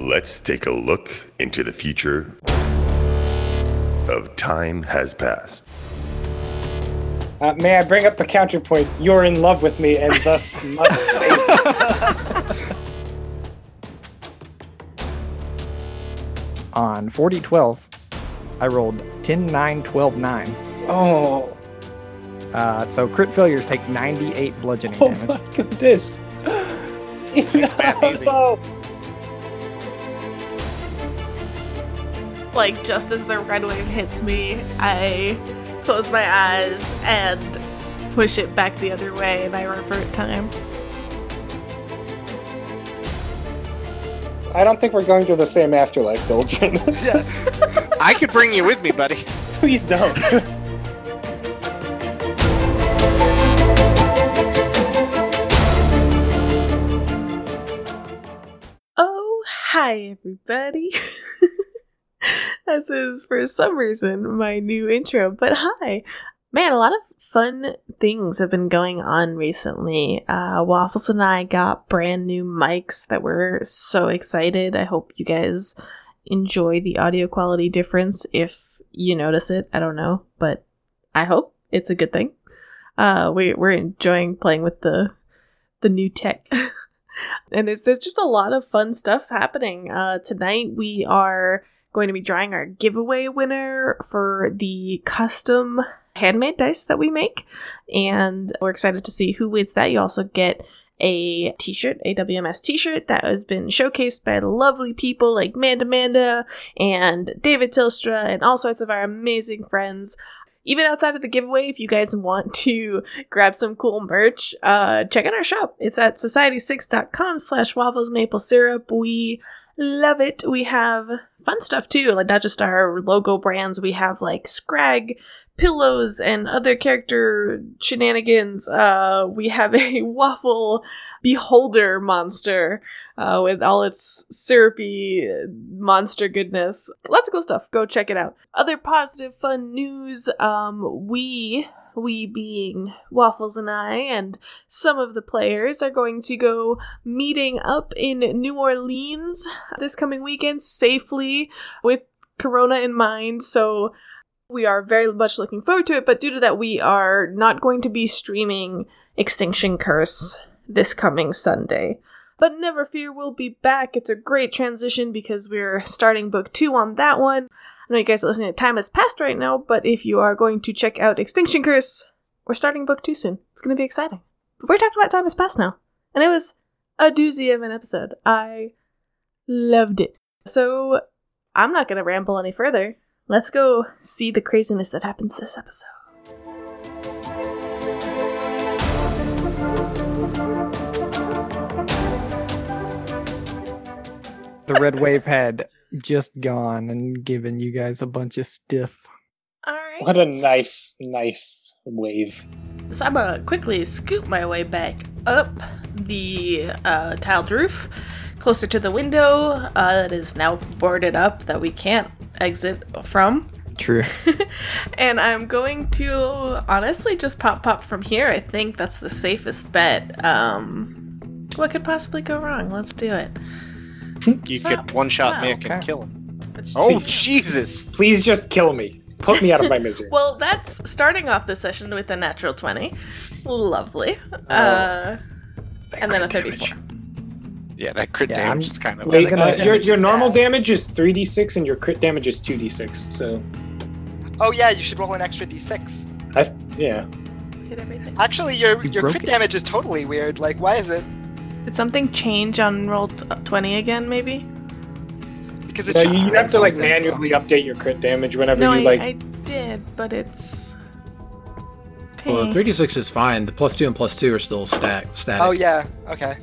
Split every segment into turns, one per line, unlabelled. Let's take a look into the future of Time Has Passed.
Uh, may I bring up the counterpoint? You're in love with me and thus must stay.
On 4012, I rolled 10, 9, 12, 9.
Oh,
Uh, so crit failures take 98 bludgeoning
oh
damage.
my goodness.
math easy.
no.
like just as the red wave hits me, I close my eyes and push it back the other way and I revert time.
I don't think we're going to the same afterlife, Dolgen.
Yeah. I could bring you with me, buddy.
Please don't.
Oh, hi everybody. this is for some reason my new intro, but hi. Man, a lot of fun things have been going on recently. Uh, Waffles and I got brand new mics that we're so excited. I hope you guys enjoy the audio quality difference if you notice it. I don't know, but I hope it's a good thing. Uh, we, we're enjoying playing with the the new tech. and there's, there's just a lot of fun stuff happening. Uh, tonight we are going to be drawing our giveaway winner for the custom handmade dice that we make, and we're excited to see who wins that. You also get a t-shirt, a WMS t-shirt that has been showcased by lovely people like Manda Manda and David Tilstra and all sorts of our amazing friends. Even outside of the giveaway, if you guys want to grab some cool merch, uh, check out our shop. It's at society6.com slash waffles maple syrup. We love it. We have fun stuff too, like not just our logo brands. We have like Scrag pillows and other character shenanigans. Uh, we have a waffle beholder monster uh, with all its syrupy monster goodness. Lots of cool stuff. Go check it out. Other positive, fun news. Um, we we being Waffles and I and some of the players are going to go meeting up in New Orleans this coming weekend safely with Corona in mind. So we are very much looking forward to it, but due to that, we are not going to be streaming Extinction Curse this coming Sunday. But never fear, we'll be back. It's a great transition because we're starting book two on that one. I know you guys are listening to Time Has Passed right now, but if you are going to check out Extinction Curse, we're starting book two soon. It's going to be exciting. But we're talking about Time Has Passed now. And it was a doozy of an episode. I loved it. So I'm not going to ramble any further. Let's go see the craziness that happens this episode.
The red wave had just gone and given you guys a bunch of stiff.
All right.
What a nice, nice wave.
So I'm gonna quickly scoot my way back up the uh, tiled roof, closer to the window uh, that is now boarded up that we can't exit from.
True.
and I'm going to honestly just pop pop from here. I think that's the safest bet. Um, what could possibly go wrong? Let's do it.
You
Wow.
could one shot
Wow,
Mick and
okay.
kill him.
Let's
Oh,
just-
Jesus.
Please just kill me. Put me out of my misery.
Well, that's starting off the session with a natural 20. Lovely. Uh, and then a 34.
Yeah, that crit
Yeah,
damage
I'm-
is kind of.
Wait,
I
can
think-
I-
Uh,
damage
your
is
your normal
bad.
damage is 3d6 and your crit damage is 2d6. So,
Oh yeah, you should roll an extra d6.
I yeah.
Hit everything.
Actually, your
You
your
broke
crit
it.
damage is totally weird. Like, why is it?
Did something change on roll t- 20 again, maybe?
Because it
So
should
you, you have to like
d6.
manually update your crit damage whenever
No,
you
I,
like.
I did, but it's. Okay.
Well, 3d6 is fine. The plus 2 and plus 2 are still stack, static.
Oh yeah. Okay.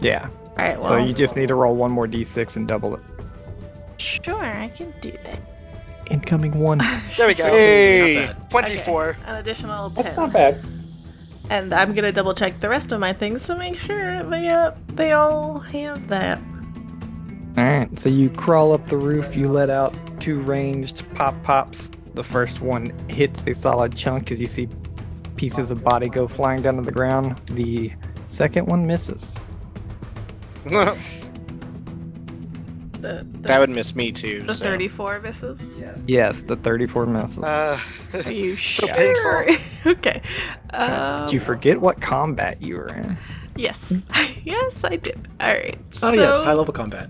Yeah.
Alright, well.
So you just need to roll one more d6 and double it.
Sure, I can do that.
Incoming one.
There we go.
Hey!
Not bad.
Twenty-four.
An additional
That's
10.
not bad.
And I'm gonna double check the rest of my things to make sure they, uh, they all have that.
All right, so you crawl up the roof, you let out two ranged pop pops. The first one hits a solid chunk as you see pieces of body go flying down to the ground. The second one misses.
The, the,
That uh, would miss me too.
the
so.
34 misses.
Yes, the 34 misses.
Uh,
Are you
So
sure? okay. Um,
Did you forget what combat you were in?
Yes. yes, I did. All right.
Oh yes, high level combat.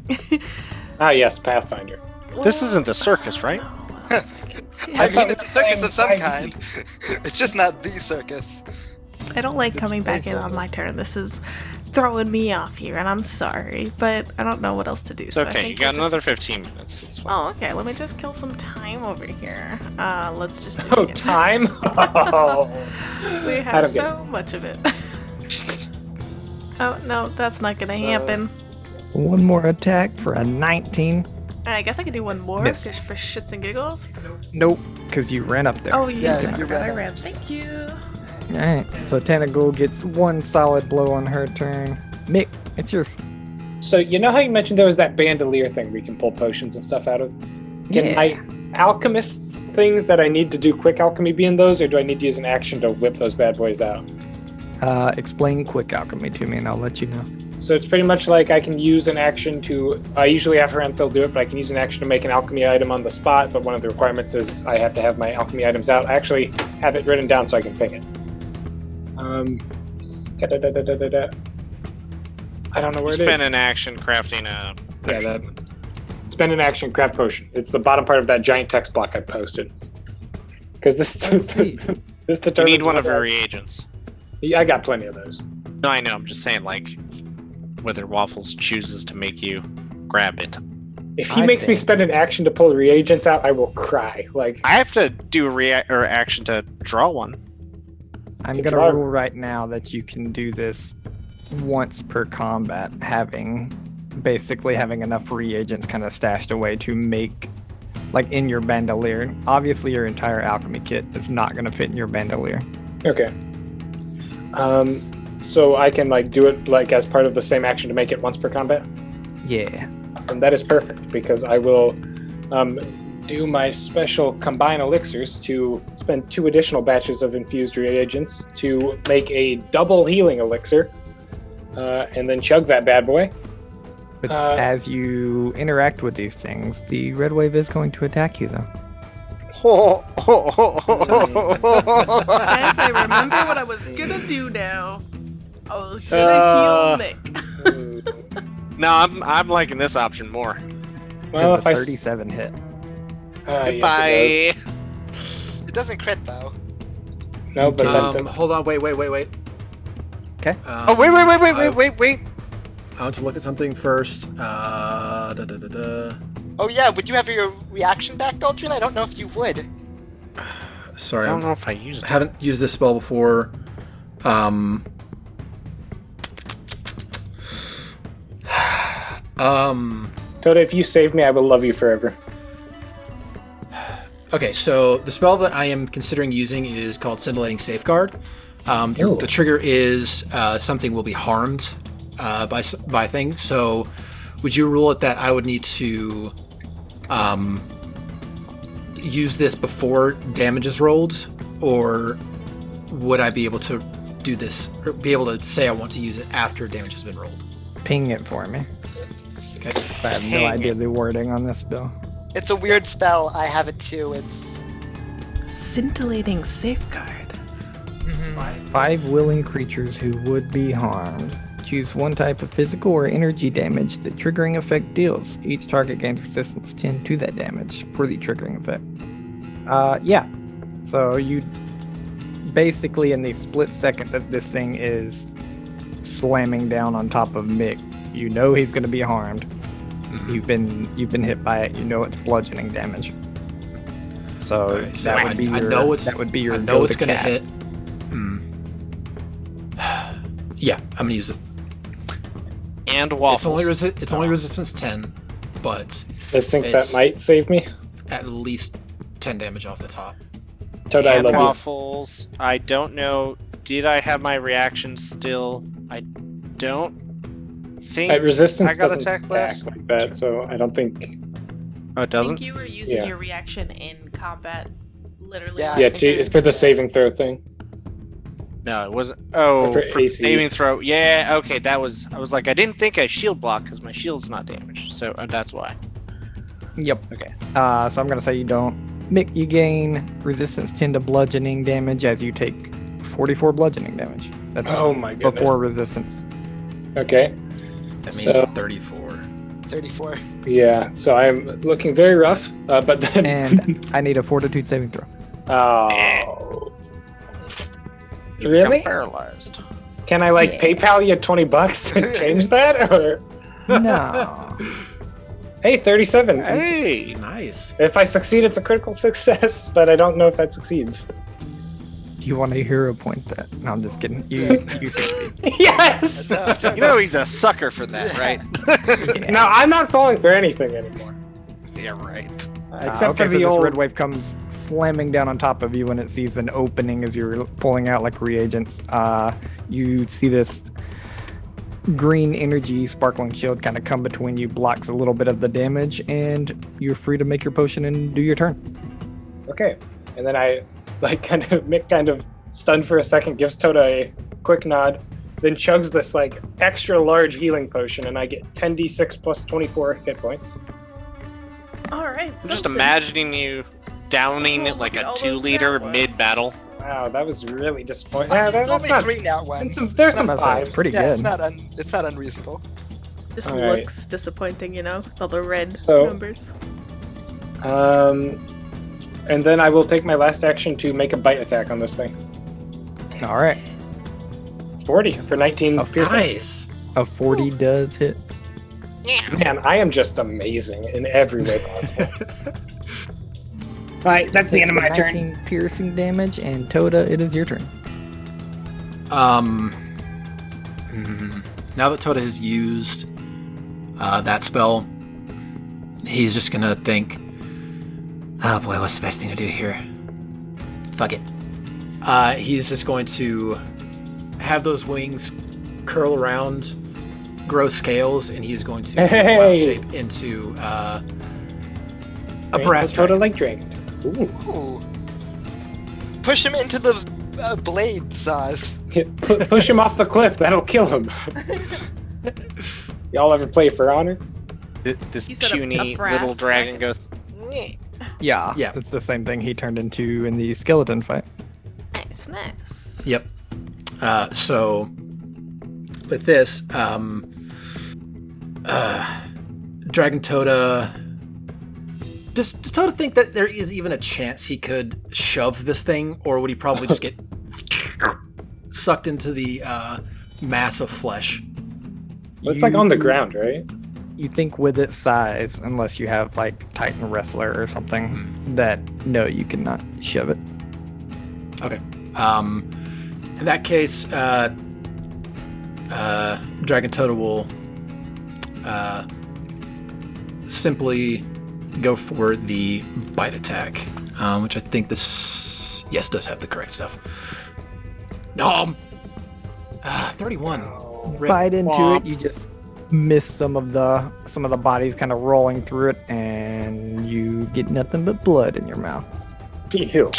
Ah, yes, Pathfinder.
This isn't the circus, right?
I
Oh, I,
mean, it's a circus of some
I-
kind. it's just not the circus.
I don't like coming back in
placeholder.
on my turn. This is throwing me off here, and I'm sorry, but I don't know what else to do.
It's
so I
okay. You
think
got
we'll just-
another 15 minutes. It's fine.
Oh, okay. Let me just kill some time over here. Uh, let's just do
Oh,
it again.
time? Oh.
We
I
have
don't get it.
so much of it. oh no, that's not gonna happen.
One more attack for a 19.
All right, I guess I could do one more
Miss.
'cause for shits and giggles.
Nope, because you ran up there.
Oh, you
Yeah,
yeah,
you
forgot I
ran.
ran. Thank you.
Alright, so Tanagool gets one solid blow on her turn. Mick, it's yours.
So you know how you mentioned there was that bandolier thing where you can pull potions and stuff out of? Can
Yeah.
my alchemist's things that I need to do quick alchemy be in those, or do I need to use an action to whip those bad boys out?
Uh, explain quick alchemy to me and I'll let you know.
So it's pretty much like I can use an action to. I usually have Haranthil do it, but I can use an action to make an alchemy item on the spot. But one of the requirements is I have to have my alchemy items out. I actually have it written down so I can ping it. Um, s- da-da-da-da-da-da. I don't know where
You
it is.
spend an action crafting uh, a.
Yeah, that. Spend an action, craft potion. It's the bottom part of that giant text block I posted. Because this
see.
this
You
determines.
need one of
whether-
her reagents.
Yeah, I got plenty of those.
No, I know. I'm just saying, like, whether Waffles chooses to make you grab it.
If he
I
makes me
think-
spend an action to pull reagents out, I will cry. Like
I have to do a rea- or action to draw one.
I'm
Good
gonna
try.
rule right now that you can do this once per combat, having basically having enough reagents kind of stashed away to make like in your bandolier. Obviously, your entire alchemy kit is not gonna fit in your bandolier.
okay. Um, so I can like do it like as part of the same action to make it once per combat,
Yeah.
and that is perfect because I will um, do my special combine elixirs to spend two additional batches of infused reagents to make a double healing elixir, uh, and then chug that bad boy.
But
Uh,
as you interact with these things, the red wave is going to attack you, though.
Guys, I remember what I was gonna do now. I was gonna
Uh,
heal Nick.
hmm.
no, I'm, I'm liking this option more.
well,
Does
if
a
I s-
37 hit.
uh, yes, it
Goodbye.
It doesn't crit though.
does. No, but that
Um,
does-
hold on, wait, wait, wait, wait.
'Kay.
Um,
Oh wait, wait, wait, wait,
I-
wait, wait, wait.
I want to look at something first. Uh, da, da, da, da.
Oh yeah, would you have your reaction back, Daltrin? I don't know if you would.
Sorry,
I don't
I'm-
know if I used
I
it.
haven't used this spell before. Um, um.
Tota, if you save me, I will love you forever.
Okay, so the spell that I am considering using is called Scintillating Safeguard. Um, the,
Ooh.
the trigger is uh, something will be harmed uh, by s- by things. So, would you rule it that I would need to um, use this before damage is rolled, or would I be able to do this, or be able to say I want to use it after damage has been rolled?
Ping it for me.
Okay.
I have no
Ping
idea the wording on this bill.
It's a weird spell. I have it too. It's
Scintillating safeguard.
Five willing creatures who would be harmed. Choose one type of physical or energy damage the triggering effect deals. Each target gains resistance 10 to that damage for the triggering effect. Uh, yeah. So you basically, in the split second that this thing is slamming down on top of Mick, you know he's going to be harmed.
Mm-hmm.
You've been you've been hit by it. You know it's bludgeoning damage. So
Alright, so
that
I-
would be
I
your
know it's-
that would be your
I
go
know it's
to
going to
cast.
hit. Hmm. yeah, I'm going to use it.
And waffles.
It's only resi- it's only resistance ten, but
I think
It's-
that might save me.
at least ten damage off the top.
Tota, I
and
love you.
waffles. I don't know. Did I have my reaction still? I don't think.
At resistance
I got
doesn't
attack
stack
last.
like that, so I don't think.
oh, it
I
doesn't.
think you were using
Yeah.
your reaction in combat, literally.
Yeah,
last
Yeah,
think
turn.
G- for the saving throw thing.
No, it wasn't. Oh,
For
for,
AC.
saving throw. Yeah, okay, that was. I was like, I didn't think I shield block because my shield's not damaged, so uh, that's why.
Yep.
Okay.
Uh, so I'm gonna say you don't. Mick, you gain resistance 10 to bludgeoning damage as you take 44 bludgeoning damage. That's
Oh my goodness.
before resistance.
Okay.
That means
So-
34.
34.
Yeah. So I'm looking very rough, uh, but then.
And I need a fortitude saving throw.
oh.
You
Really?
become Paralyzed.
Can I like PayPal you 20 bucks to change that? Or
No.
hey, 37.
Hey,
Nice.
If I succeed, it's a critical success, but I don't know if that succeeds.
Do you want to hero point that? No, I'm just kidding. You, you succeed.
yes.
you know he's a sucker for that, right?
No, I'm not falling for anything anymore.
yeah, right.
Except
Except
Ah, okay,
for
so
the
this
old.
red wave comes slamming down on top of you when it sees an opening as you're pulling out like reagents. Uh, you see this green energy sparkling shield kind of come between you, blocks a little bit of the damage, and you're free to make your potion and do your turn.
Okay. And then I, like, kind of, Mick kind of stunned for a second, gives Tota a quick nod, then chugs this, like, extra large healing potion, and I get 10d6 plus 24 hit points.
All right.
I'm just imagining you downing it like
Look at
a
all those
two liter
bad ones.
mid battle.
Wow, that was really disappointing.
I
Yeah,
mean,
that,
there's
that's
only
not.
three now. One.
It's, there's some
I'm about to say, it's
vibes.
pretty
yeah,
good.
it's not un- it's not unreasonable.
Just
All right.
looks disappointing, you know, with all the red
So-
numbers.
Um, and then I will take my last action to make a bite attack on this thing.
All right,
40 for 19
Oh,
piercing.
Nice.
a 40 does hit.
Man, I am just amazing in every way possible. All right, that's the end of my
Takes the
turn.
19 Piercing damage, and Toda, it is your turn.
Um, hmm. now that Tota has used uh, that spell, he's just gonna think, "Oh boy, what's the best thing to do here?" Fuck it. Uh, he's just going to have those wings curl around, grow scales, and he's going to wild
Hey!
shape into uh, a
Right,
brass
so Tota
dragon.
like dragon. Ooh.
Ooh. Push him into the uh, blade saws.
Pu- push him off the cliff. That'll kill him. Y'all ever play for honor?
Th- This
He said a- a
puny
brass
little dragon
dragon.
goes.
Nyeh.
Yeah,
Yeah.
It's the same thing he turned into in the skeleton fight.
Nice, nice.
Yep. Uh, so with this, um, uh, Dragon Toda. Does, does Toda think that there is even a chance he could shove this thing, or would he probably just get sucked into the uh, mass of flesh?
It's like on the
You-
ground, right?
you think with its size, unless you have like Titan Wrestler or something, that no, you cannot shove it.
Okay. Um, in that case, uh, uh, Dragon Toda will uh, simply go for the bite attack, um, which I think this yes does have the correct stuff. Nom. Ah, Thirty-one. Rip.
Bite into
Womp.
it, you just miss some of the some of the bodies kind of rolling through it, and you get nothing but blood in your mouth.
Ew.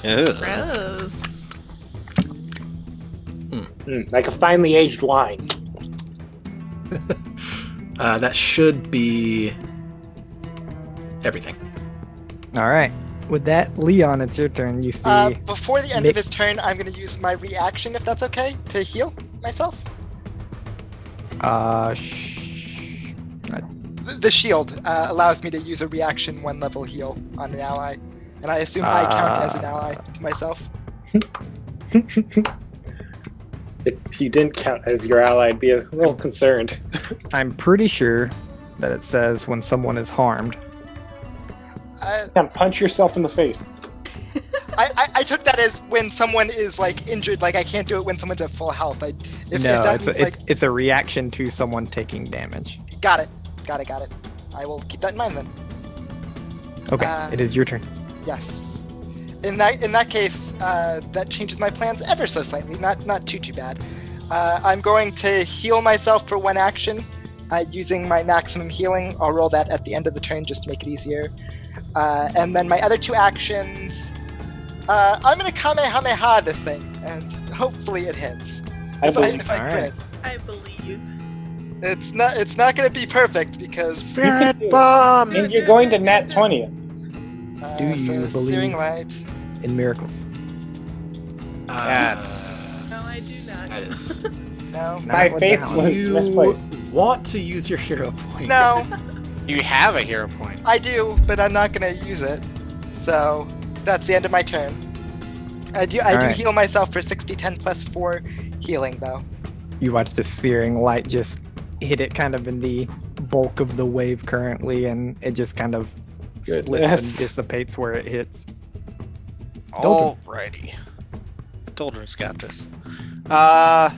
Gross.
Mm, like a finely aged wine.
Uh, that should be everything.
All right, with that, Leon, it's your turn. You see,
Uh, before the end
Nick-
of his turn, I'm going to use my reaction, if that's okay, to heal myself.
uh, sh-
Th- The shield uh, allows me to use a reaction one level heal on an ally, and I assume I count as an ally to myself.
If you didn't count as your ally, I'd be a little concerned.
I'm pretty sure that it says when someone is harmed.
I,
Come, punch yourself in the face.
Uh, I, I, I took that as when someone is like injured, like I can't do it when someone's at full health. I, if,
no,
if that
it's
means,
a, it's it's a reaction to someone taking damage.
like, got it, got it, got it. I will keep that in mind then.
Okay,
Uh,
it is your turn.
Yes. In that in that case, uh, that changes my plans ever so slightly. Not not too too bad. Uh, I'm going to heal myself for one action, uh, using my maximum healing. I'll roll that at the end of the turn just to make it easier. Uh, and then my other two actions, uh, I'm gonna kamehameha this thing and hopefully it hits.
I
if I,
believe.
if I
Alright.
crit,
I believe.
it's not it's not going to be perfect because
You can do
Spirit
it.
bomb.
And you're going to nat 20.
uh,
Do you
so
believe?
searing light.
in miracles.
Uh,
That's-
No, I do not.
That is.
No,
Not
My
what
faith
now.
was
you
misplaced.
want to use your hero point?
no,
You have a hero point.
I do, but I'm not going to use it. So that's the end of my turn. I do I do
Alright.
heal myself for 60 10 plus 4 healing though.
You watch the searing light just hit it kind of in the bulk of the wave currently, and it just kind of splits
Goodness.
and dissipates where it hits. Doldrum.
Alrighty. Doldrin's got this. Uh,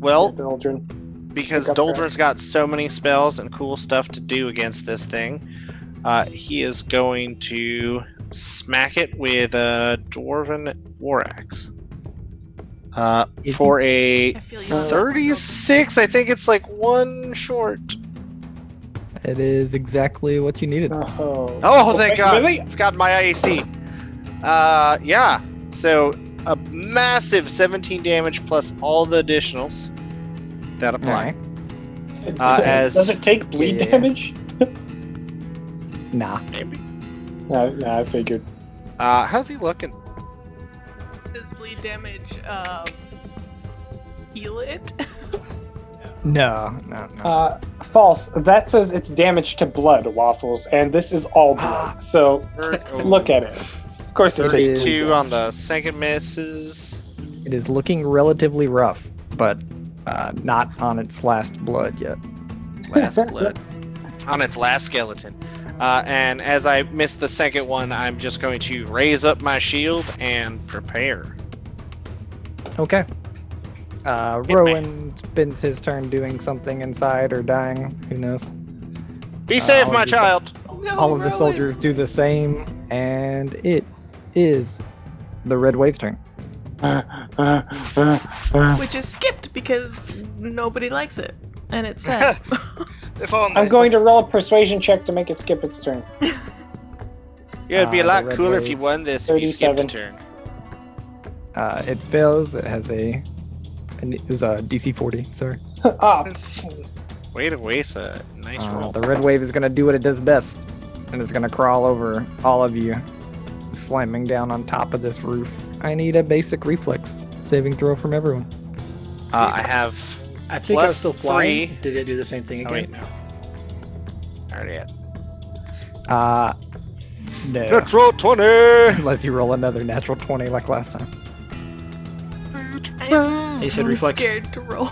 well,
Doldrin.
because
Pick up
Doldrin's got so many spells and cool stuff to do against this thing, uh, he is going to smack it with a Dwarven War Axe. Uh,
Is
for a
I feel you. on that one, Bill.
36, I think it's like one short.
It is exactly what you needed.
Oh.
Oh, thank
wait,
God.
Really?
It's got my IAC. Uh, yeah. So a massive 17 damage plus all the additionals that
All
apply.
right.
Uh, as-
Does it take bleed
Yeah, yeah, yeah.
damage?
Nah.
Maybe.
No, no, I figured.
Uh, how's he looking?
Does bleed damage um, heal it?
No, no, no.
Uh, false. That says it's damage to blood, Waffles, and this is all blood. So
Thir- oh,
look at it. Of course it takes bleed.
Is-
32 on the second misses.
it is looking relatively rough, but uh, not on its last blood yet.
Last blood. on its last skeleton. Uh, and as I miss the second one, I'm just going to raise up my shield and prepare.
Okay. Uh,
Hit me.
Rowan spends his turn doing something inside or dying. Who knows?
Be
Uh,
safe,
I'll
my
just-
child.
No,
All of the
Rowan.
soldiers do the same, and it is the red wave's turn.
Which is skipped because nobody likes it. And it's sad.
If only.
I'm going to roll a persuasion check to make it skip its turn.
Yeah, it'd be a
Uh, the
lot
red
cooler if
wave.
you won this if you skipped a
37.
turn.
Uh, it fails. It has a. and It was a DC 40, sorry.
Ah,
Way to waste a nice
Uh,
roll.
the red wave is going to do what it does best, and it's going to crawl over all of you, slamming down on top of this roof. I need a basic reflex saving throw from everyone.
Uh, I have.
I think I
Plus
was still flying.
three.
Did it do the same thing
Oh, wait,
again?
no. Already had.
Uh, no.
Natural 20!
Unless you roll another natural 20 like last time.
I'm
They said
so
reflex.
scared to roll.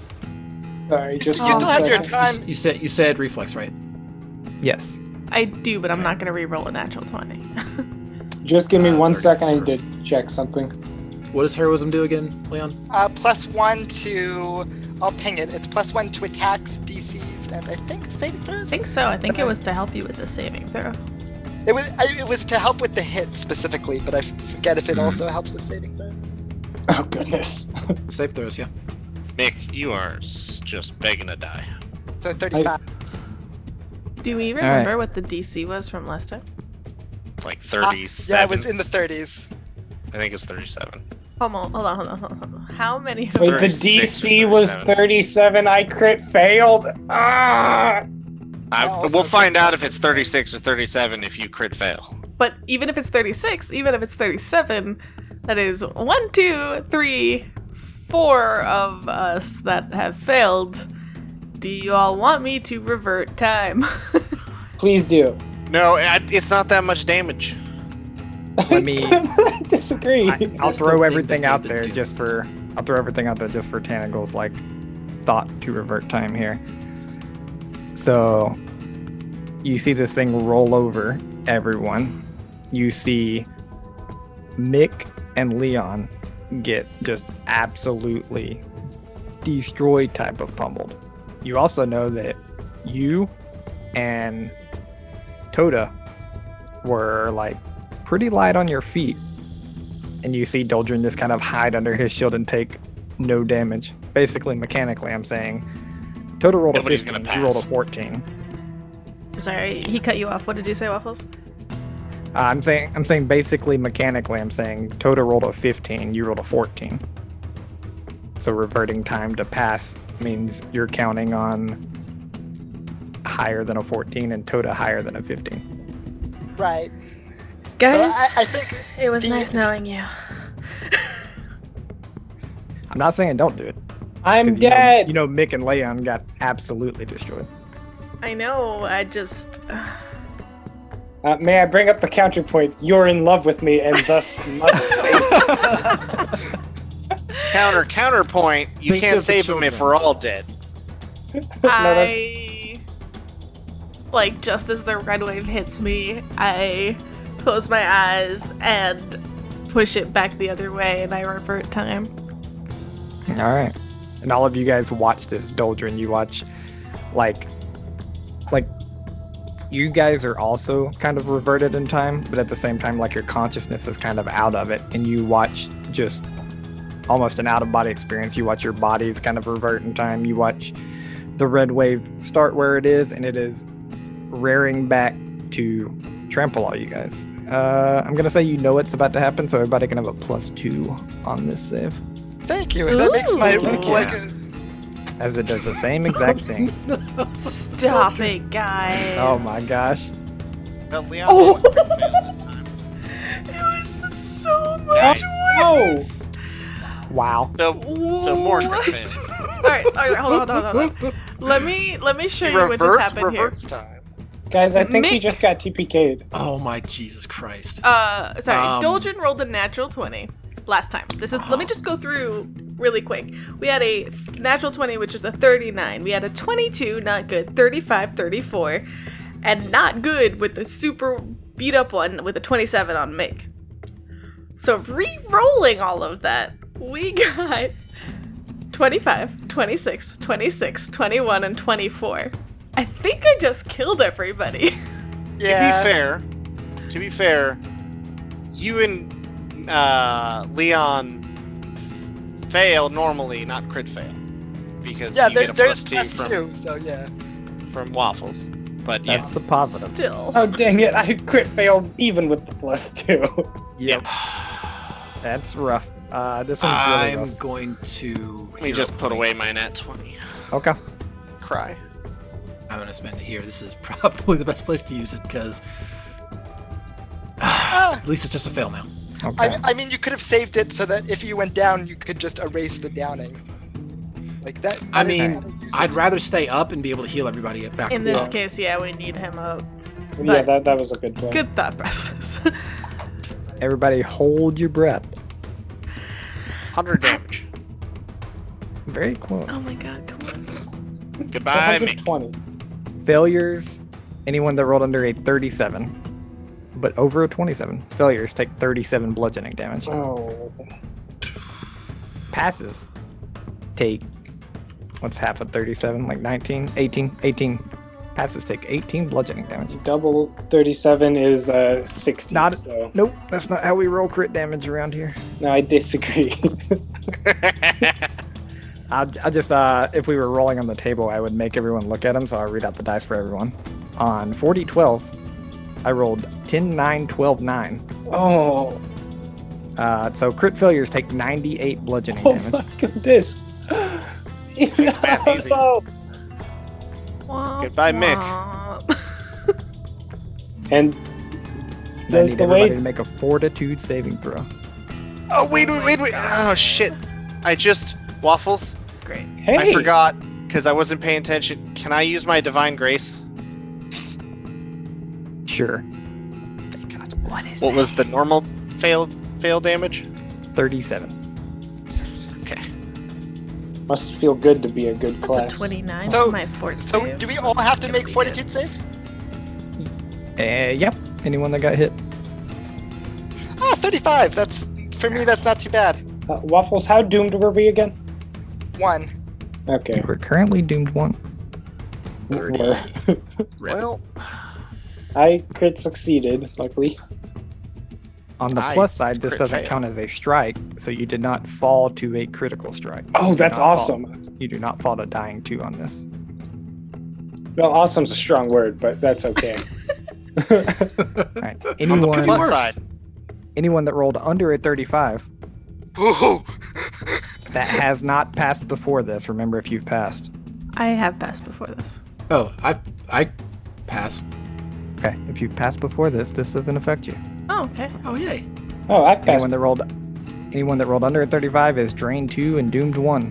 sorry. Just
You still
one
have your
second.
time.
You said you said reflex, right?
Yes.
I do, but I'm not going to re-roll a natural 20.
Just give me
Uh,
one second. I
34.
need to check something.
What does heroism do again, Leon?
Uh, plus one to, I'll ping it. It's plus one to attacks, DCs, and I think saving
I
throws.
think so. I think it was to help you with the saving throw.
It was I, it was to help with the hit specifically, but I f- forget if it
Hmm.
also helps with saving throws.
Oh goodness.
Safe throws, yeah.
Mick, you are s- just begging to die.
So 35.
Do we
right.
remember what the DC was from last time?
It's like
Ah,
37.
yeah, it was in the 30s.
I think it's 37.
Hold on, hold on, hold on, hold on. How many?
Wait, the
36 or
DC was
37.
37. I crit failed. Ah!
I,
Oh,
we'll
so-
find out if it's 36 or 37 if you crit fail.
But even if it's 36, even if it's 37, that is one, two, three, four of us that have failed. Do you all want me to revert time?
Please do.
No, I, it's not that much damage.
Let me.
I disagree.
I, I'll
That's the
throw
thing
everything
that
out
they
there
do.
just for I'll throw everything out there just for Tanagel's like thought to revert time here. So you see this thing roll over everyone. You see Mick and Leon get just absolutely destroyed type of pummeled. You also know that you and Toda were like pretty light on your feet and you see Doldrin just kind of hide under his shield and take no damage. Basically, mechanically, I'm saying. Total rolled
Nobody's
a
gonna
15, you rolled a
pass.
14.
Sorry, he cut you off. What did you say, Waffles?
Uh, I'm saying, I'm saying basically mechanically, I'm saying Toda rolled a 15, you rolled a 14. So reverting time to pass means you're counting on higher than a 14 and Tota higher than a 15.
Right.
Guys,
So I, I think
uh, it was
do you-
nice knowing you.
I'm not saying don't do it. 'cause
I'm
you know-
dead.
you know, Mick and Leon got absolutely destroyed.
I know. I just.
Uh, may I bring up the counterpoint? You're in love with me, and thus must save.
Counter counterpoint. You
Think
can't
of the
save them if
children.
we're all dead.
that's-
I like just as the red wave hits me, I close my eyes and push it back the other way, and I revert time.
All right. And all of you guys watch this doldrin. You watch, like, like you guys are also kind of reverted in time, but at the same time, like your consciousness is kind of out of it, and you watch just almost an out of body experience. You watch your bodies kind of revert in time. You watch the red wave start where it is, and it is rearing back to trample all you guys. Uh, I'm gonna say you know it's about to happen, so everybody can have a plus two on this save.
thank you. That makes my
Ooh.
look like a,
as it does the same exact thing.
Stop it, guys!
Oh my gosh.
But Leon
Oh.
didn't bring it down this time.
It was so
Guys.
much worse.
Wow.
So, so more
What?
than
all right, all right, hold on, hold on, hold on. hold on. Let me let me show you what just
reverts,
happened here.
reverts time.
Guys, I think we
Mick.
just got TPK'd.
Oh my Jesus Christ!
Uh, sorry,
Um,
Doldrin rolled a natural 20 last time. This is, let me just go through really quick. We had a natural 20, which is a 39. We had a 22, not good, 35, 34, and not good with the super beat up one with a 27 on Mick. So, re rolling all of that, we got 25, 26, 26, 21, and 24. I think I just killed everybody.
yeah.
To be fair, to be fair, you and uh, Leon fail normally, not crit fail, because
Yeah,
you
there,
get a
there's
plus
plus
two from,
two, so yeah.
from waffles. But yeah,
That's the positive.
Still.
Oh dang it! I crit failed even with the plus two.
Yep. That's rough. Uh, this one's really
I'm going to.
let me just put away my nat twenty.
rough. Okay.
Cry.
I'm going to spend it here. This is probably the best place to use it because
Ah,
at least it's just a fail now.
Okay.
I, I mean, you could have saved it so that if you went down, you could just erase the downing. Like that.
I
that is
mean,
how you use
I'd
it.
rather stay up and be able to heal everybody back.
In
to
this
normal.
case, yeah, we need him up.
yeah,
But-
that, that was a good one.
Good thought process.
Everybody hold your breath.
Hundred damage.
Very close.
oh my god, come on.
Goodbye, Mick.
120.
Failures, anyone that rolled under a 37, but over a 27, failures take 37 bludgeoning damage.
Oh,
Passes take, what's half of 37? Like 19? 18? 18. Passes take 18 bludgeoning damage.
double thirty-seven is uh sixty.
Not-
so.
Nope, that's not how we roll crit damage around here.
No, I disagree.
I, I just, uh, if we were rolling on the table, I would make everyone look at them, so I'll read out the dice for everyone. On 40 12, I rolled 10 9 12 9.
oh,
Uh, so crit failures take 98 bludgeoning
oh
damage.
my goodness!
math easy.
No.
Womp,
Goodbye, Mick.
womp.
And
And I
does
need
the
everybody
way
to make a fortitude saving throw.
oh wait, wait, wait, wait. Oh shit! I just waffles.
Great.
hey,
I forgot because I wasn't paying attention. Can I use my divine grace?
Sure.
Thank God.
What is
What was the normal fail fail damage?
37.
Okay.
must feel good to be a good
that?
class.
That's a 29
So-
on my fort
So, do we all have to make fortitude save?
Uh, yep. Anyone that got hit?
Ah, 35. That's for me. That's not too bad.
Uh, Waffles, how doomed were we again?
One.
Okay.
We're currently doomed one.
Were.
Rip.
Well,
I crit succeeded, luckily.
On the
I
plus side, this
crit
doesn't
fail.
count as a strike, so you did not fall to a critical strike.
Oh,
You do
that's
not fall-
awesome.
you do not fall to dying two on this.
Well, awesome's a strong word, but that's okay.
All right.
on the
Anyone,
plus
worse.
side,
anyone that rolled under a 35,
Ooh.
That has not passed before this. Remember if you've passed.
I have passed before this.
Oh, I I passed.
Okay. If you've passed before this, this doesn't affect you.
Oh, okay.
Oh yay!
Oh, I've passed.
Anyone that rolled anyone that rolled under a 35 is drained 2 and doomed 1.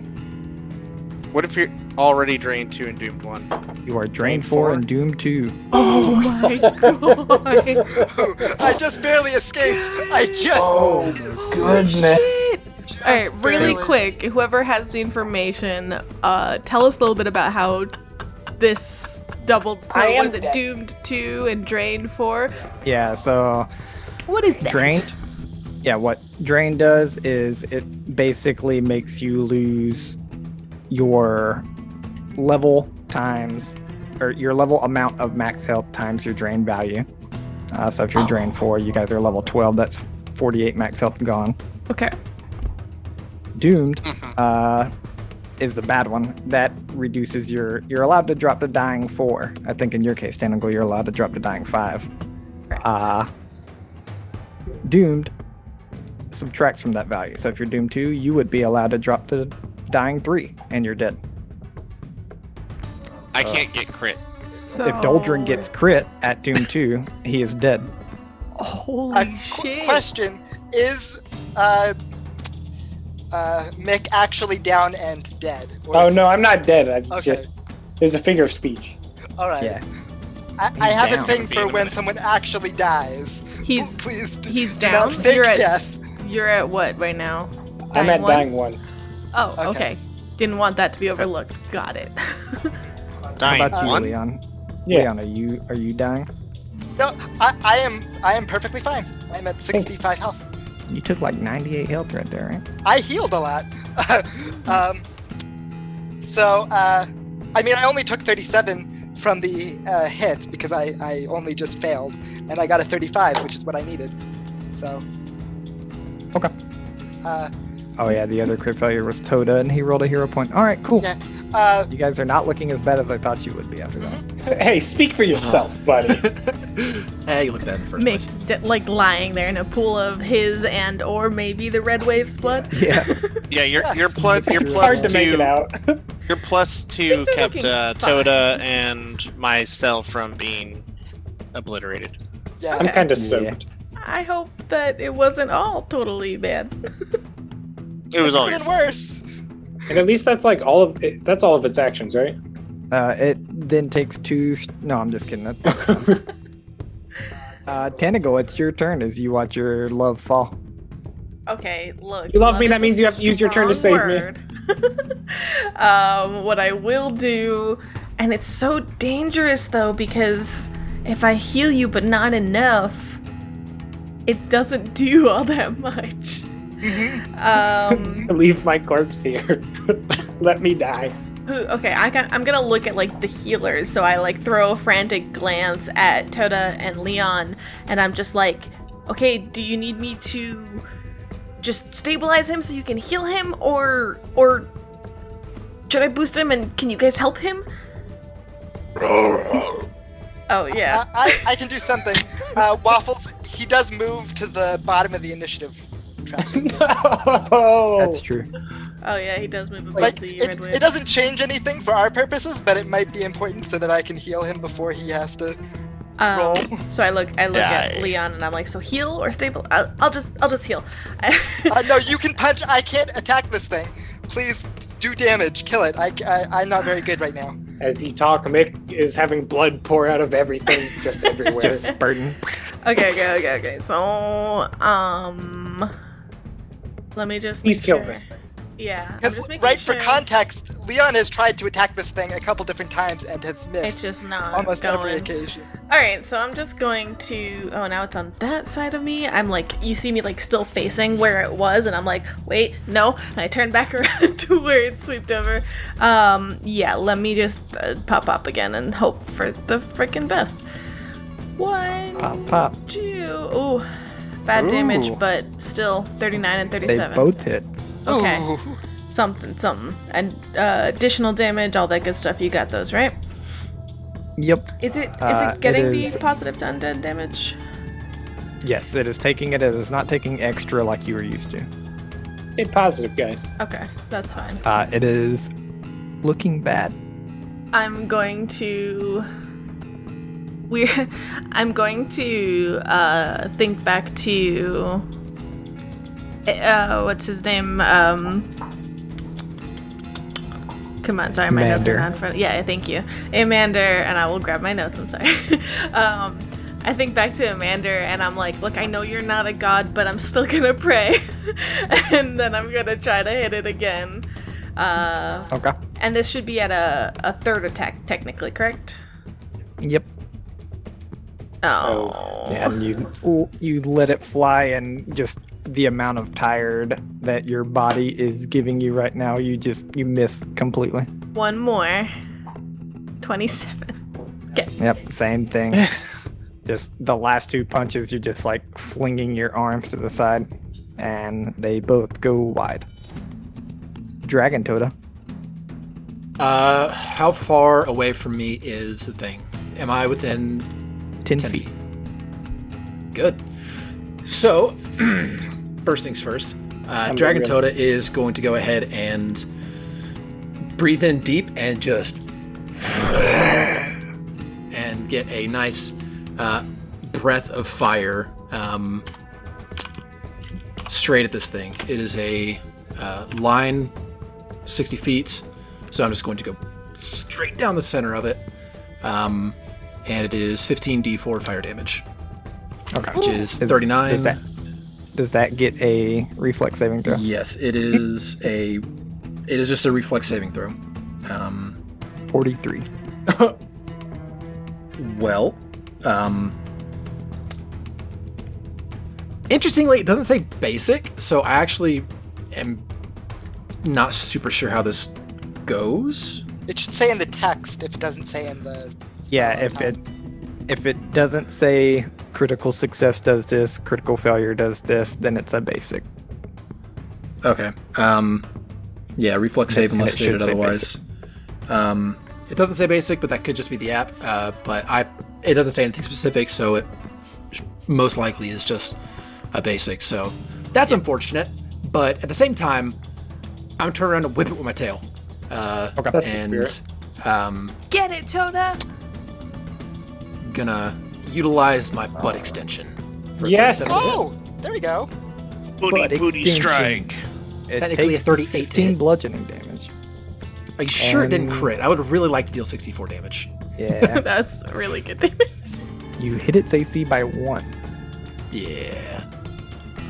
What if you're already drained two and doomed one?
You are drained 4 and doomed 2.
Oh my god.
I just barely escaped. I just.
Goodness.
just
All right, really
barely-
quick, whoever has the information, uh, tell us a little bit about how this doubled. So
I am
was it
dead.
doomed two and drained four?
Yeah, so
What is that?
drained yeah what drain does is it basically makes you lose your level times or your level amount of max health times your drain value uh, so if
Oh.
you're drain four you guys are level 12 that's 48 max health gone
Okay.
doomed
Mm-hmm.
uh, is the bad one that reduces your you're allowed to drop to dying four i think in your case Tanagle, you're allowed to drop to dying five uh, doomed subtracts from that value. So if you're doomed two, you would be allowed to drop to dying three, and you're dead.
I can't get crit.
so
If Doldrin gets crit at doom two, he is dead.
holy
A qu-
shit.
question is, uh, uh, Mick actually down and dead? Or
Oh
is-
no, I'm not dead. I
Okay.
just, there's a figure of speech.
All right.
Yeah.
I, I
He's
have
down.
a thing
Be in
for
a
when
minute.
someone actually dies.
He's-
please do
He's
do
down.
Not fake
you're at
death.
you're at what right now?
I'm at
one?
dying one.
Oh, okay.
Okay.
Didn't want that to be overlooked. Got it.
Dying
How about you,
one.
Leon?
Yeah.
Leon, are you are you dying?
No, I, I am. I am perfectly fine. I'm at 65 health.
You took like 98 health right there, right?
I healed a lot. um, so, uh, I mean, I only took 37 from the uh, hit because I, I only just failed, and I got a 35, which is what I needed. So.
Okay.
Uh,
Oh yeah, the other crit failure was Toda, and he rolled a hero point. All right, cool.
Yeah. uh,
You guys are not looking as bad as I thought you would be after that.
Hey, speak for yourself,
Oh.
buddy.
Eh, you look bad in the first place.
Mick, d- like lying there in a pool of his and or maybe the red wave's blood.
Yeah.
Yeah, your
Yes.
your plus your
It's
plus
hard to
two
make it out.
your plus two
Things are
kept
looking
uh,
fine.
Toda and myself from being obliterated.
yeah.
I'm kind of
Yeah.
soaked.
I hope that it wasn't all totally bad.
It was all your
even worse.
And at least that's like all of it, that's all of its actions, right?
Uh, it then takes two. St- no, I'm just kidding. That's. that's fine. uh, Tanago, it's your turn as you watch your love fall.
Okay, look.
You love me,
is
that means
a
you have to use your turn to
strong
save me.
word. um, what I will do, and it's so dangerous though, because if I heal you but not enough, it doesn't do all that much.
Mm-hmm.
um,
Leave my corpse here. Let me die.
who, okay, I got, I'm gonna look at like the healers, so I like throw a frantic glance at Toda and Leon, and I'm just like, okay, do you need me to just stabilize him so you can heal him, or or should I boost him and can you guys help him? oh yeah,
I, I, I can do something. Uh, Waffles, he does move to the bottom of the initiative track.
No.
That's true.
oh yeah, he does move above
Like,
the
it,
red wave.
it doesn't change anything for our purposes, but it might be important so that I can heal him before he has to
Um,
roll.
so I look, I look
Die.
at Leon, and I'm like, so heal or stable? I'll, I'll just, I'll just heal.
uh, no, you can punch. I can't attack this thing. Please do damage. Kill it. I, am not very good right now.
As you talk, Mick is having blood pour out of everything, just everywhere.
Just spurting.
Okay, okay, okay, okay. So, um, let me just
Please
make
kill
sure.
this thing.
Yeah, I'm
Because,
just making
right,
sure
for context, Leon has tried to attack this thing a couple different times and has
It's
missed
just not
almost every
going.
occasion.
All right, so I'm just going to. Oh, now it's on that side of me. I'm like, you see me like still facing where it was, and I'm like, wait, no. And I turn back around to where it swept over. Um, yeah, let me just uh, pop up again and hope for the freaking best. One,
Pop, pop.
two, ooh, bad damage, but still 39 and
They
37.
both hit.
Okay.
Ooh.
something something and uh, additional damage all that good stuff you got those right
Yep.
is it is
Uh,
it getting
it is-
the positive to undead damage
Yes, it is taking it. It is not taking extra like you were used to.
Stay positive, guys.
Okay, that's fine.
Uh, it is looking bad.
I'm going to we're I'm going to uh think back to uh what's his name? Um Come on, sorry, my notes are
Mander.
not in front. Yeah, thank you. Amander, and I will grab my notes, I'm sorry. um I think back to Amander and I'm like, look, I know you're not a god, but I'm still gonna pray. and then I'm gonna try to hit it again. Uh
Okay.
and this should be at a, a third attack, technically, correct?
Yep.
Oh.
And you you let it fly, and just the amount of tired that your body is giving you right now, you just you miss completely.
Oh.
One more. 27.
Yep. Same thing. just the last two punches, you're just like flinging your arms to the side, and they both go wide. Dragon Toda.
Uh, how far away from me is the thing? Am I within
10,
10
feet.
feet? Good. So, first things first, uh,
I'm
Dragon
good.
Toda is going to go ahead and breathe in deep and just and get a nice uh, breath of fire um, straight at this thing. It is a uh, line 60 feet, so I'm just going to go straight down the center of it. Um, and it is 15d4 fire damage,
Okay.
which is
Does-
39.
Does that does that get a reflex saving throw?
Yes, it is a. It is just a reflex saving throw. Um,
Forty three.
well, um, interestingly, it doesn't say basic, so I actually am not super sure how this goes.
It should say in the text if it doesn't say in the.
Yeah,
spell
if
attack.
it if it doesn't say critical success does this, critical failure does this, then it's a basic.
Okay. Um, yeah, reflex save
And
unless
it
stated
should say
otherwise. Um, it doesn't say basic, but that could just be the app. Uh, but I, it doesn't say anything specific, so it most likely is just a basic. So that's unfortunate. But at the same time, I'm turning around and whip it with my tail. Uh,
Okay. That's
and um,
Get it, Toda!
gonna utilize my butt extension. For
Yes!
37 to hit.
Oh, there we go.
Butt
Booty booty
extension.
strike.
It
Technically a
takes
38 to
15
hit.
bludgeoning damage.
Are you sure it didn't
And-
crit? I would really like to deal 64 damage.
Yeah,
That's really good damage.
you hit its AC by one.
Yeah.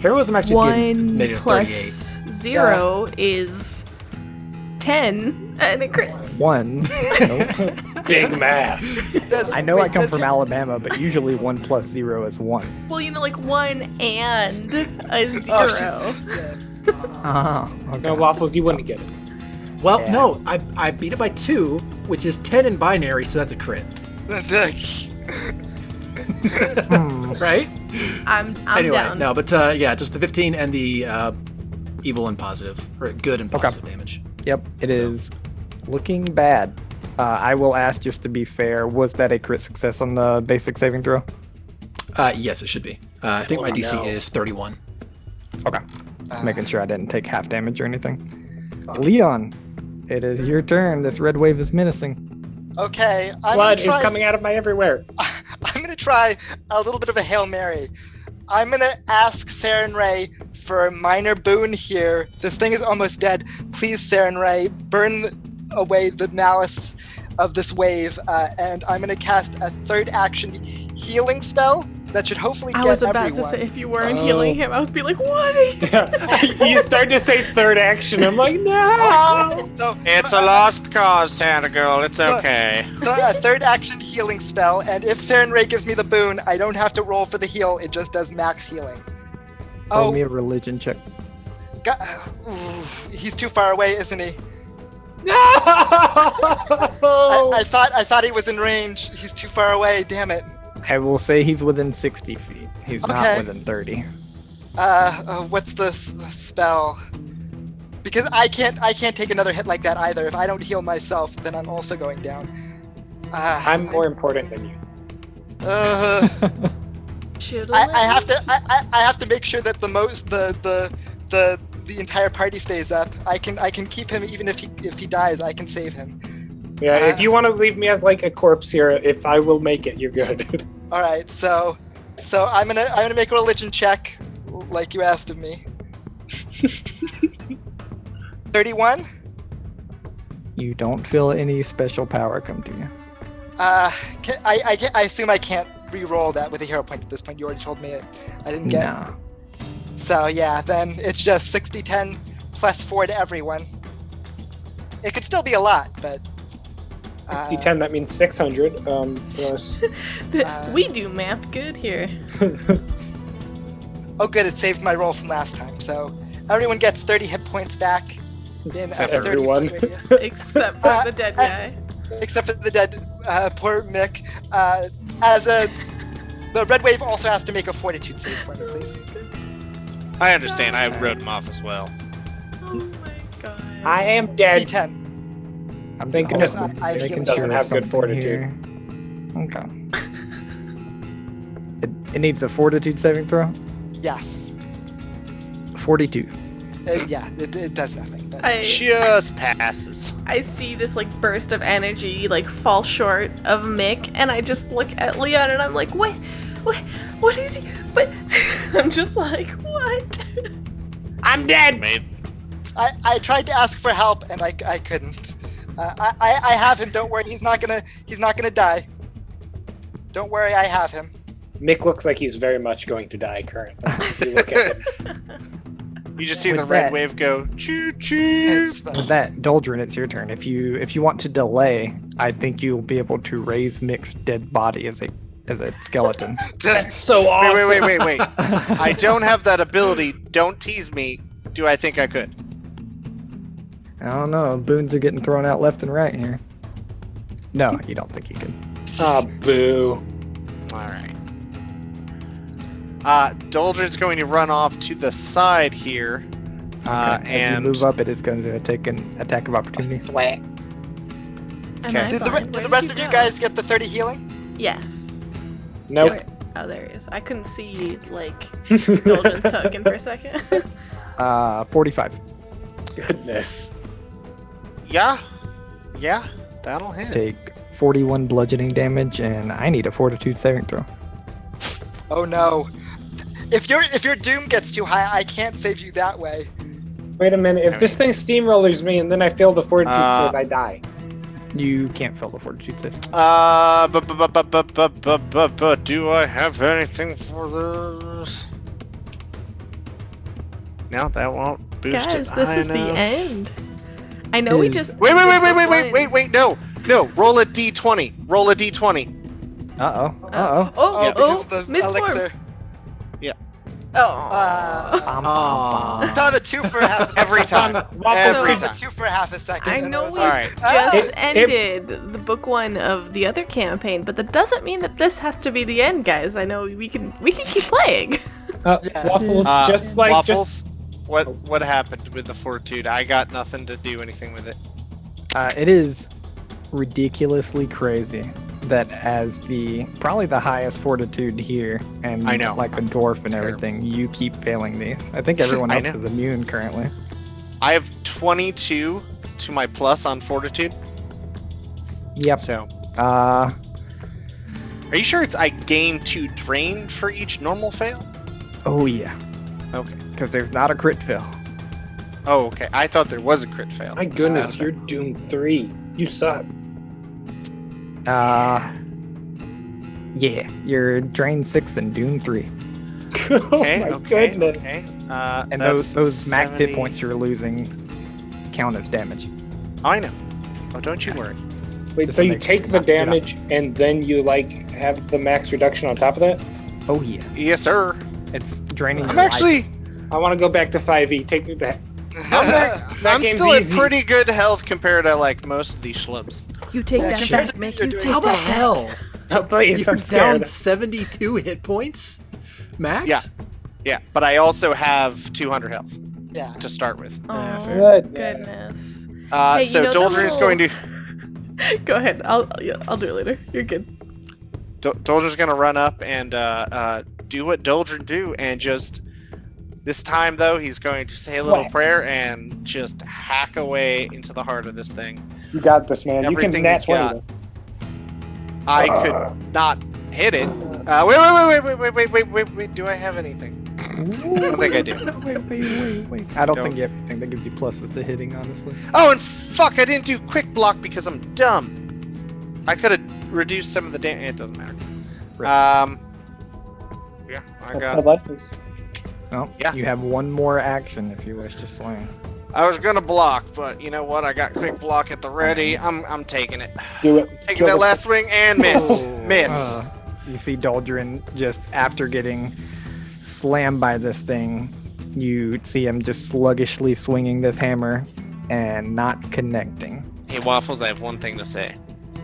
Heroism actually gave
One
negative
plus zero is 10, and it crits.
One. Nope.
Big math.
Does-
I know I
wait,
come
does
from
it-
Alabama, but usually one plus zero is one.
Well, you know, like one and a
Oh,
zero.
shit.
Ah, okay.
No waffles, you wouldn't get it.
38. Well,
Yeah.
no, I, I beat it by two, which is 10 in binary, so that's a crit,
Hmm.
right?
I'm, I'm
anyway,
down.
no, but uh, yeah, just the 15 and the uh, evil and positive, or good and
Okay.
positive damage.
Yep, it
So-
is looking bad. Uh, I will ask just to be fair, was that a crit success on the basic saving throw?
Uh, yes, it should be. Uh, I think my DC is 31.
Okay. Just
Uh,
making sure I didn't take half damage or anything. Leon, it is your turn. This red wave is menacing.
Okay, I'm
Blood is
gonna try,
coming out of my everywhere.
I'm gonna try a little bit of a hail mary. I'm gonna ask Saren Ray for a minor boon here. This thing is almost dead. Please, Saren Ray, burn away the malice of this wave, uh, and I'm gonna cast a third action healing spell that should hopefully
I
get
was about
everyone.
to say, if you weren't
Oh.
healing him, I would be like, what are you?
you start to say third action. I'm like, no.
So, uh,
It's a lost cause, Tentacle. It's okay.
so a third action healing spell, and if Saren Ray gives me the boon, I don't have to roll for the heal. It just does max healing.
Roll me a religion check.
God, ooh, he's too far away, isn't he?
No. Oh.
I, I thought I thought he was in range. He's too far away. Damn it.
I will say he's within 60 feet. He's
Okay.
not within 30.
Uh, uh, what's the s- spell? Because I can't I can't take another hit like that either. If I don't heal myself, then I'm also going down. Uh,
I'm more important than you.
Uh,
Should
I, I have to I, I, I have to make sure that the most the the the the entire party stays up. I can I can keep him even if he if he dies. I can save him.
Yeah, if you want to leave me as like a corpse here, if I will make it, you're good.
All right, so so I'm gonna I'm gonna make a religion check, l- like you asked of me. Thirty-one.
You don't feel any special power come to you.
Uh, ca I I, ca I assume I can't re-roll that with a hero point at this point. You already told me it. I didn't get.
No.
So yeah, then it's just 60 10 plus 4 to everyone. It could still be a lot, but. uh,
60, 10, that means 600. Um, plus-
Uh,
we do math good here.
oh, good, it saved my roll from last time. So everyone gets 30 hit points back in a
Except
30
everyone.
foot radius.
Except for
Uh,
the dead
uh,
guy.
Except for the dead, uh, poor Mick. Uh, as a. The red wave also has to make a fortitude save for me, please.
I understand. I wrote him off as well.
Oh my god.
I am dead.
D10.
I'm
Thinking
of-
also
I- I
making
feel
doesn't
of
have good
something
fortitude.
here. Okay. it, it needs a fortitude saving throw.
Yes.
42.
Uh, yeah, it, it does nothing. But
I,
Just passes.
I see this like burst of energy like fall short of Mick, and I just look at Leon and I'm like, what, what, what is he? But I'm just like, what?
I'm dead.
Made.
I, I tried to ask for help and I, I couldn't. Uh, I, I, I have him. Don't worry. He's not gonna he's not gonna die. Don't worry. I have him.
Mick looks like he's very much going to die currently. If you look at him.
You just see
With
the red
that-
wave go choo choo.
It's fine.
With that, Doldrin, it's your turn. If you if you want to delay, I think you'll be able to raise Mick's dead body as a as a skeleton.
so awesome.
Wait, wait, wait, wait, wait. I don't have that ability. Don't tease me. Do I think I could?
I don't know. Boons are getting thrown out left and right here. No, you don't think you can.
Ah, boo.
All right. Uh, Doldrin's going to run off to the side here, uh,
Okay, As you
and
move up, it is going to take an attack of opportunity.
Am
Okay.
I
Did the,
blind? Where
re- did the
did
rest
he
of you
go?
guys get the 30 healing?
Yes.
Nope.
Where- Oh, there he is. I couldn't see like Doldrin's token for a second.
Uh, 45.
Goodness.
yeah, yeah, that'll hit.
Take 41 bludgeoning damage, and I need a fortitude saving throw.
Oh no. If your if your doom gets too high, I can't save you that way.
Wait a minute. If this thing steamrollers me and then I fail the fortitude
Uh,
save, I die.
You can't fail the fortitude save.
Uh, but but but but but but but but do I have anything for this? No, that won't boost
guys,
it
this
high
is the
enough.
end. I know we
Is-
just
Wait, wait, wait, wait,
ended
wait,
with
wait,
one.
wait, wait! No, no! Roll a d20. Roll a d20.
Uh oh. Uh oh.
Oh,
Yeah,
oh,
because of the
misform.
elixir.
Oh,
Uh,
Ah.
it's on a two for half. a
Every
second.
time. Every
It's on
time.
a two for half a second.
I
and
know
it was
we
All right.
It-
just
it-
ended the book one of the other campaign, but that doesn't mean that this has to be the end, guys. I know we can we can keep playing.
Uh,
Yeah.
Waffles,
Uh,
just like
Waffles, what what happened with the fortitude? I got nothing to do anything with it.
Uh, it is ridiculously crazy that as the probably the highest fortitude here and
I know.
like a dwarf and
Terrible.
everything you keep failing these i think everyone
I
else
know.
is immune currently
I have 22 to my plus on fortitude.
yep
So,
uh
are you sure it's I gain two drained for each normal fail?
oh yeah
Okay.
because there's not a crit fail
Oh, okay. I thought there was a crit fail.
My goodness,
Uh,
you're Doom 3. You suck.
uh yeah you're drain six and doom three
oh
Okay.
my
okay.
goodness.
Okay. Uh,
and those
that's
those max
70
hit points you're losing count as damage
I know. Oh, don't you worry.
Wait,
This
so
will
you
make-
take the
knock it out.
damage and then you like have the max reduction on top of that?
oh yeah
Yes, sir.
it's draining
I'm
your life.
actually.
I want to go back to 5e. Take me back.
I'm, at- I'm
game's
still
easy.
at pretty good health compared to like most of these schlubs.
You take
Yeah,
that
sure.
back, Mick. You
You're doing-
take
How the
that.
hell?
Oh, please,
You're
I'm scared.
down 72 hit points, Max.
Yeah. Yeah, but I also have 200 health
Yeah.
to start with.
Yeah,
Oh,
Ah, fair.
goodness.
Uh,
Hey, you
so
know the
Doldrin is
little-
going to
Go ahead. I'll yeah, I'll do it later. You're good.
Do- Doldrin's gonna run up and uh, uh, do what Doldrin do and just This time, though, he's going to say a little
Right.
prayer and just hack away into the heart of this thing.
You got this, man. you can
Everything
nat
he's
20
got.
this.
I could not hit it. Uh, wait, wait, wait, wait, wait, wait, wait, wait, wait. Do I have anything? I don't think I do.
wait, wait, wait, wait. I don't,
Don't.
think you have anything that gives you pluses to hitting, honestly.
Oh, and fuck! I didn't do quick block because I'm dumb. I could have reduced some of the damage. It doesn't matter. Um. Yeah, I
That's how
got.
life is.
Oh,
Yeah.
You have one more action if you wish to swing.
I was gonna block, but you know what? I got quick block at the ready. I'm I'm taking it.
Do it.
Taking
Kill
that
this-
last swing and miss. miss.
Uh, you see Doldrin just after getting slammed by this thing, you see him just sluggishly swinging this hammer and not connecting.
Hey Waffles, I have one thing to say.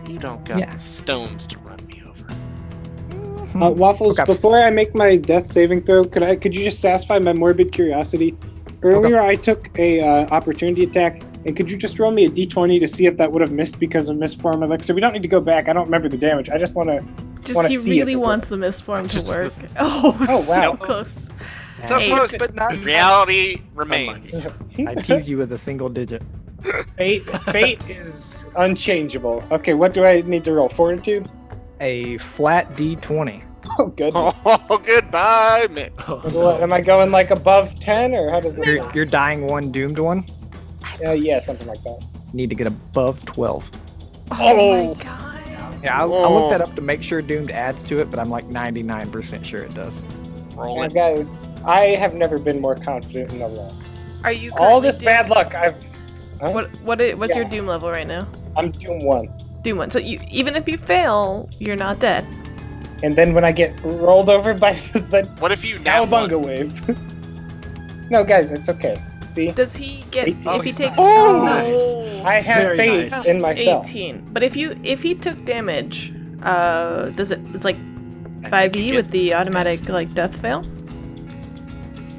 You don't got
Yeah.
the stones to run me over.
Uh, Waffles,
Okay.
before I make my death saving throw, could I could you just satisfy my morbid curiosity? Earlier, I took a uh, opportunity attack, and could you just roll me a d20 to see if that would have missed because of misform elixir? So we don't need to go back. I don't remember the damage. I just want to.
Just
Wanna
he
see if
really
it
wants the mist form to work. Oh,
Oh,
so
wow.
close.
So
Eight.
close, but not.
Reality remains.
I tease you with a single digit.
Fate, fate is unchangeable. Okay, what do I need to roll? Fortitude.
A flat D20.
Oh, good.
Oh, goodbye, Mick.
Am I going like above ten, or how does this?
You're, you're dying one, doomed one.
Uh, yeah, something like that.
Need to get above 12.
Oh,
Oh.
my god.
Yeah, I'll, I'll
Oh.
look that up to make sure doomed adds to it, but I'm like 99% sure it does.
Roll
Now,
it.
guys, I have never been more confident in the roll.
Are you
All
currently
this bad
doomed-
luck, I've
What what is, what's your
Yeah.
doom level right now?
I'm doing one.
Doom one. So you even if you fail, you're not dead.
And then when I get rolled over by the
What if you now?
Cowabunga wave. no, guys, it's okay. See?
Does he get
Oh,
if he
he's
takes
Oh, nice.
I have
Very
faith
nice.
in myself.
18. But if you if he took damage, uh does it it's like 5e with the automatic like death fail?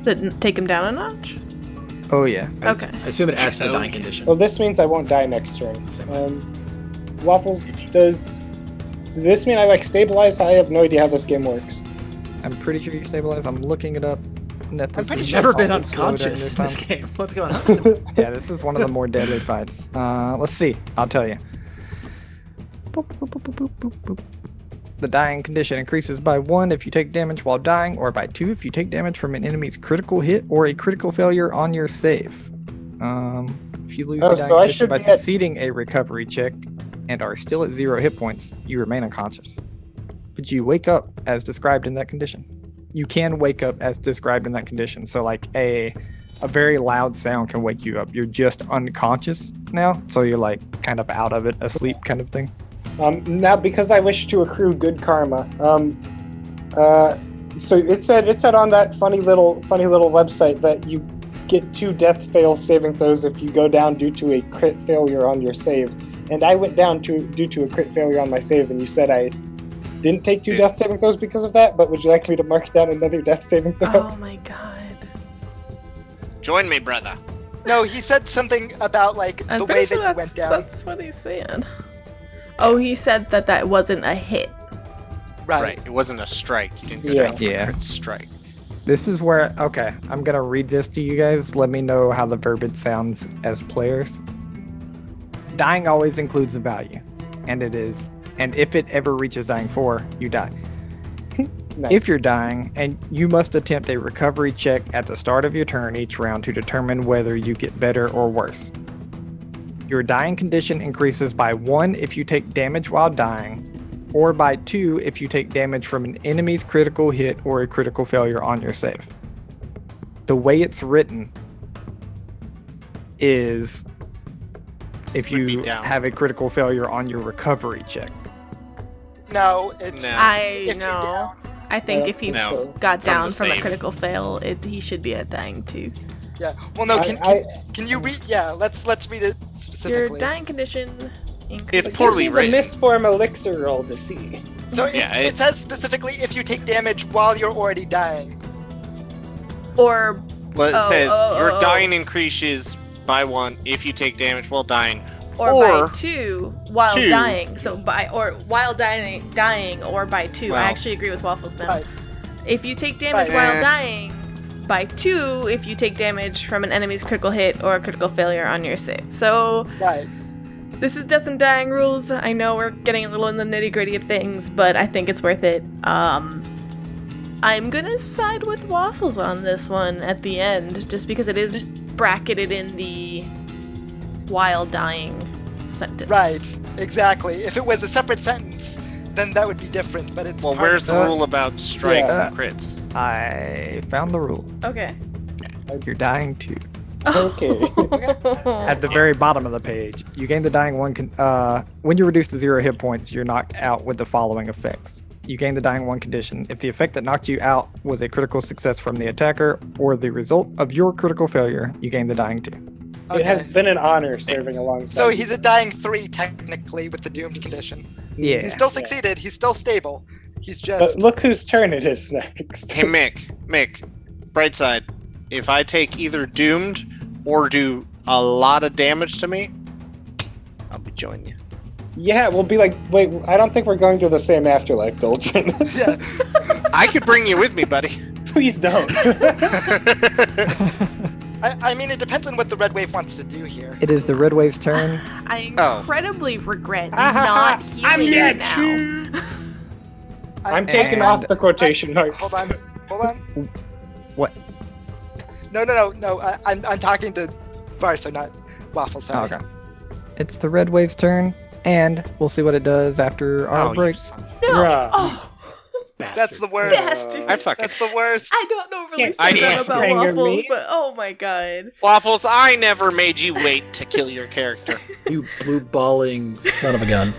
That n- take him down a notch?
Oh, yeah.
Okay.
I assume it adds to the
So-
dying condition.
Well, this means I won't die next turn.
Same.
Um, Waffles, does, does this mean I like stabilize? I have no idea how this game works.
I'm pretty sure you stabilize. I'm looking it up. Net-
I'm
this
pretty
is
sure never been
always slow during this
unconscious in
time.
this game. What's going on?
yeah, this is one of the more deadly fights. Uh, let's see. I'll tell you. Boop, boop, boop, boop, boop, boop, boop. The dying condition increases by one if you take damage while dying, or by two if you take damage from an enemy's critical hit or a critical failure on your save. Um, if you lose
Oh,
the dying
so I
condition
should
by
be at-
succeeding a recovery check and are still at zero hit points, you remain unconscious. But you wake up as described in that condition. You can wake up as described in that condition. So, like a a very loud sound can wake you up. You're just unconscious now, so you're like kind of out of it, asleep kind of thing.
Um, now, because I wish to accrue good karma, um, uh, so it said it said on that funny little funny little website that you get two death fail saving throws if you go down due to a crit failure on your save, and I went down to due to a crit failure on my save, and you said I didn't take two
Yeah.
death saving throws because of that. But would you like me to mark down another death saving
Uh,
throw?
Oh my god.
Join me, brother.
No, he said something about like
I'm
the
pretty
way
sure
that you
that's,
went down.
that's what he's saying. Oh, he said that that wasn't a hit.
Right.
Right. It wasn't a strike. You didn't
Yeah.
strike. for a
Yeah.
crit Strike.
This is where okay, I'm gonna read this to you guys. Let me know how the verbiage sounds as players. Dying always includes a value, and it is. And if it ever reaches dying four, you die.
Nice.
If you're dying, and you must attempt a recovery check at the start of your turn each round to determine whether you get better or worse. Your dying condition increases by 1 if you take damage while dying, or by 2 if you take damage from an enemy's critical hit or a critical failure on your save. The way it's written is if
Would be
you
down.
have a critical failure on your recovery check.
No, it's
No.
I
if you're
know.
down.
I think if he
No.
got down
the
from a
save.
critical fail, it, he should be at dying too.
Yeah. Well, no.
I-
Can,
I-
can, can you read? Yeah. Let's let's read it
Your
specifically.
dying condition increases.
But give
poorly
me the
written.
misform elixir roll to see.
So it,
Yeah,
it,
it-
says specifically if you take damage while you're already dying.
Or
Well, it
Oh,
says
oh,
your
oh, oh.
dying increases by one if you take damage while dying.
or,
Or
by two while
two.
dying. So by or while dying dying or by two.
Wow.
I actually agree with Waffles now.
Right.
If you take damage
Right.
while
Eh.
dying, by two if you take damage from an enemy's critical hit or a critical failure on your save. So
Right.
this is death and dying rules. I know we're getting a little in the nitty gritty of things, but I think it's worth it. Um, I'm gonna side with waffles on this one at the end, just because it is bracketed in the while dying sentence.
Right. Exactly. If it was a separate sentence, then that would be different. But it's
Well,
part
where's
of
the
Uh,
rule about strikes
yeah.
and crits?
I found the rule.
Okay.
You're dying two.
Okay.
At the very bottom of the page, you gain the dying one. Con- uh, when you reduce to zero hit points, you're knocked out with the following effects. You gain the dying one condition if the effect that knocked you out was a critical success from the attacker or the result of your critical failure. You gain the dying two.
It has
Okay.
been an honor serving alongside.
So
you.
he's a dying three technically with the doomed condition.
Yeah.
He still succeeded. He's still stable. He's
But
just
look whose turn it is next.
Hey, Mick, Mick, bright side. If I take either doomed or do a lot of damage to me, I'll be joining you.
Yeah, we'll be like, wait, I don't think we're going to the same afterlife, Doldrin.
yeah.
I could bring you with me, buddy. Oh,
Please don't.
I, I mean, it depends on what the red wave wants to do here.
It is the red wave's turn.
I
Oh.
incredibly regret
Ah, ha, ha.
not healing you
dead.
now.
I-
I'm taking
And-
off the quotation marks.
Hold on, hold on.
What?
No, no, no, no. I, I'm I'm talking to Barso, not Waffle. Sorry.
Oh, okay. It's the red wave's turn, and we'll see what it does after our
Oh, you
break.
son of a-
No.
Bruh.
Oh,
That's the worst.
bastard.
I fucking
That's the worst.
I don't know really
Can't
say that
stand
about
anger
waffles,
me.
but oh my god.
waffles. I never made you wait to kill your character.
You blue balling son of a gun.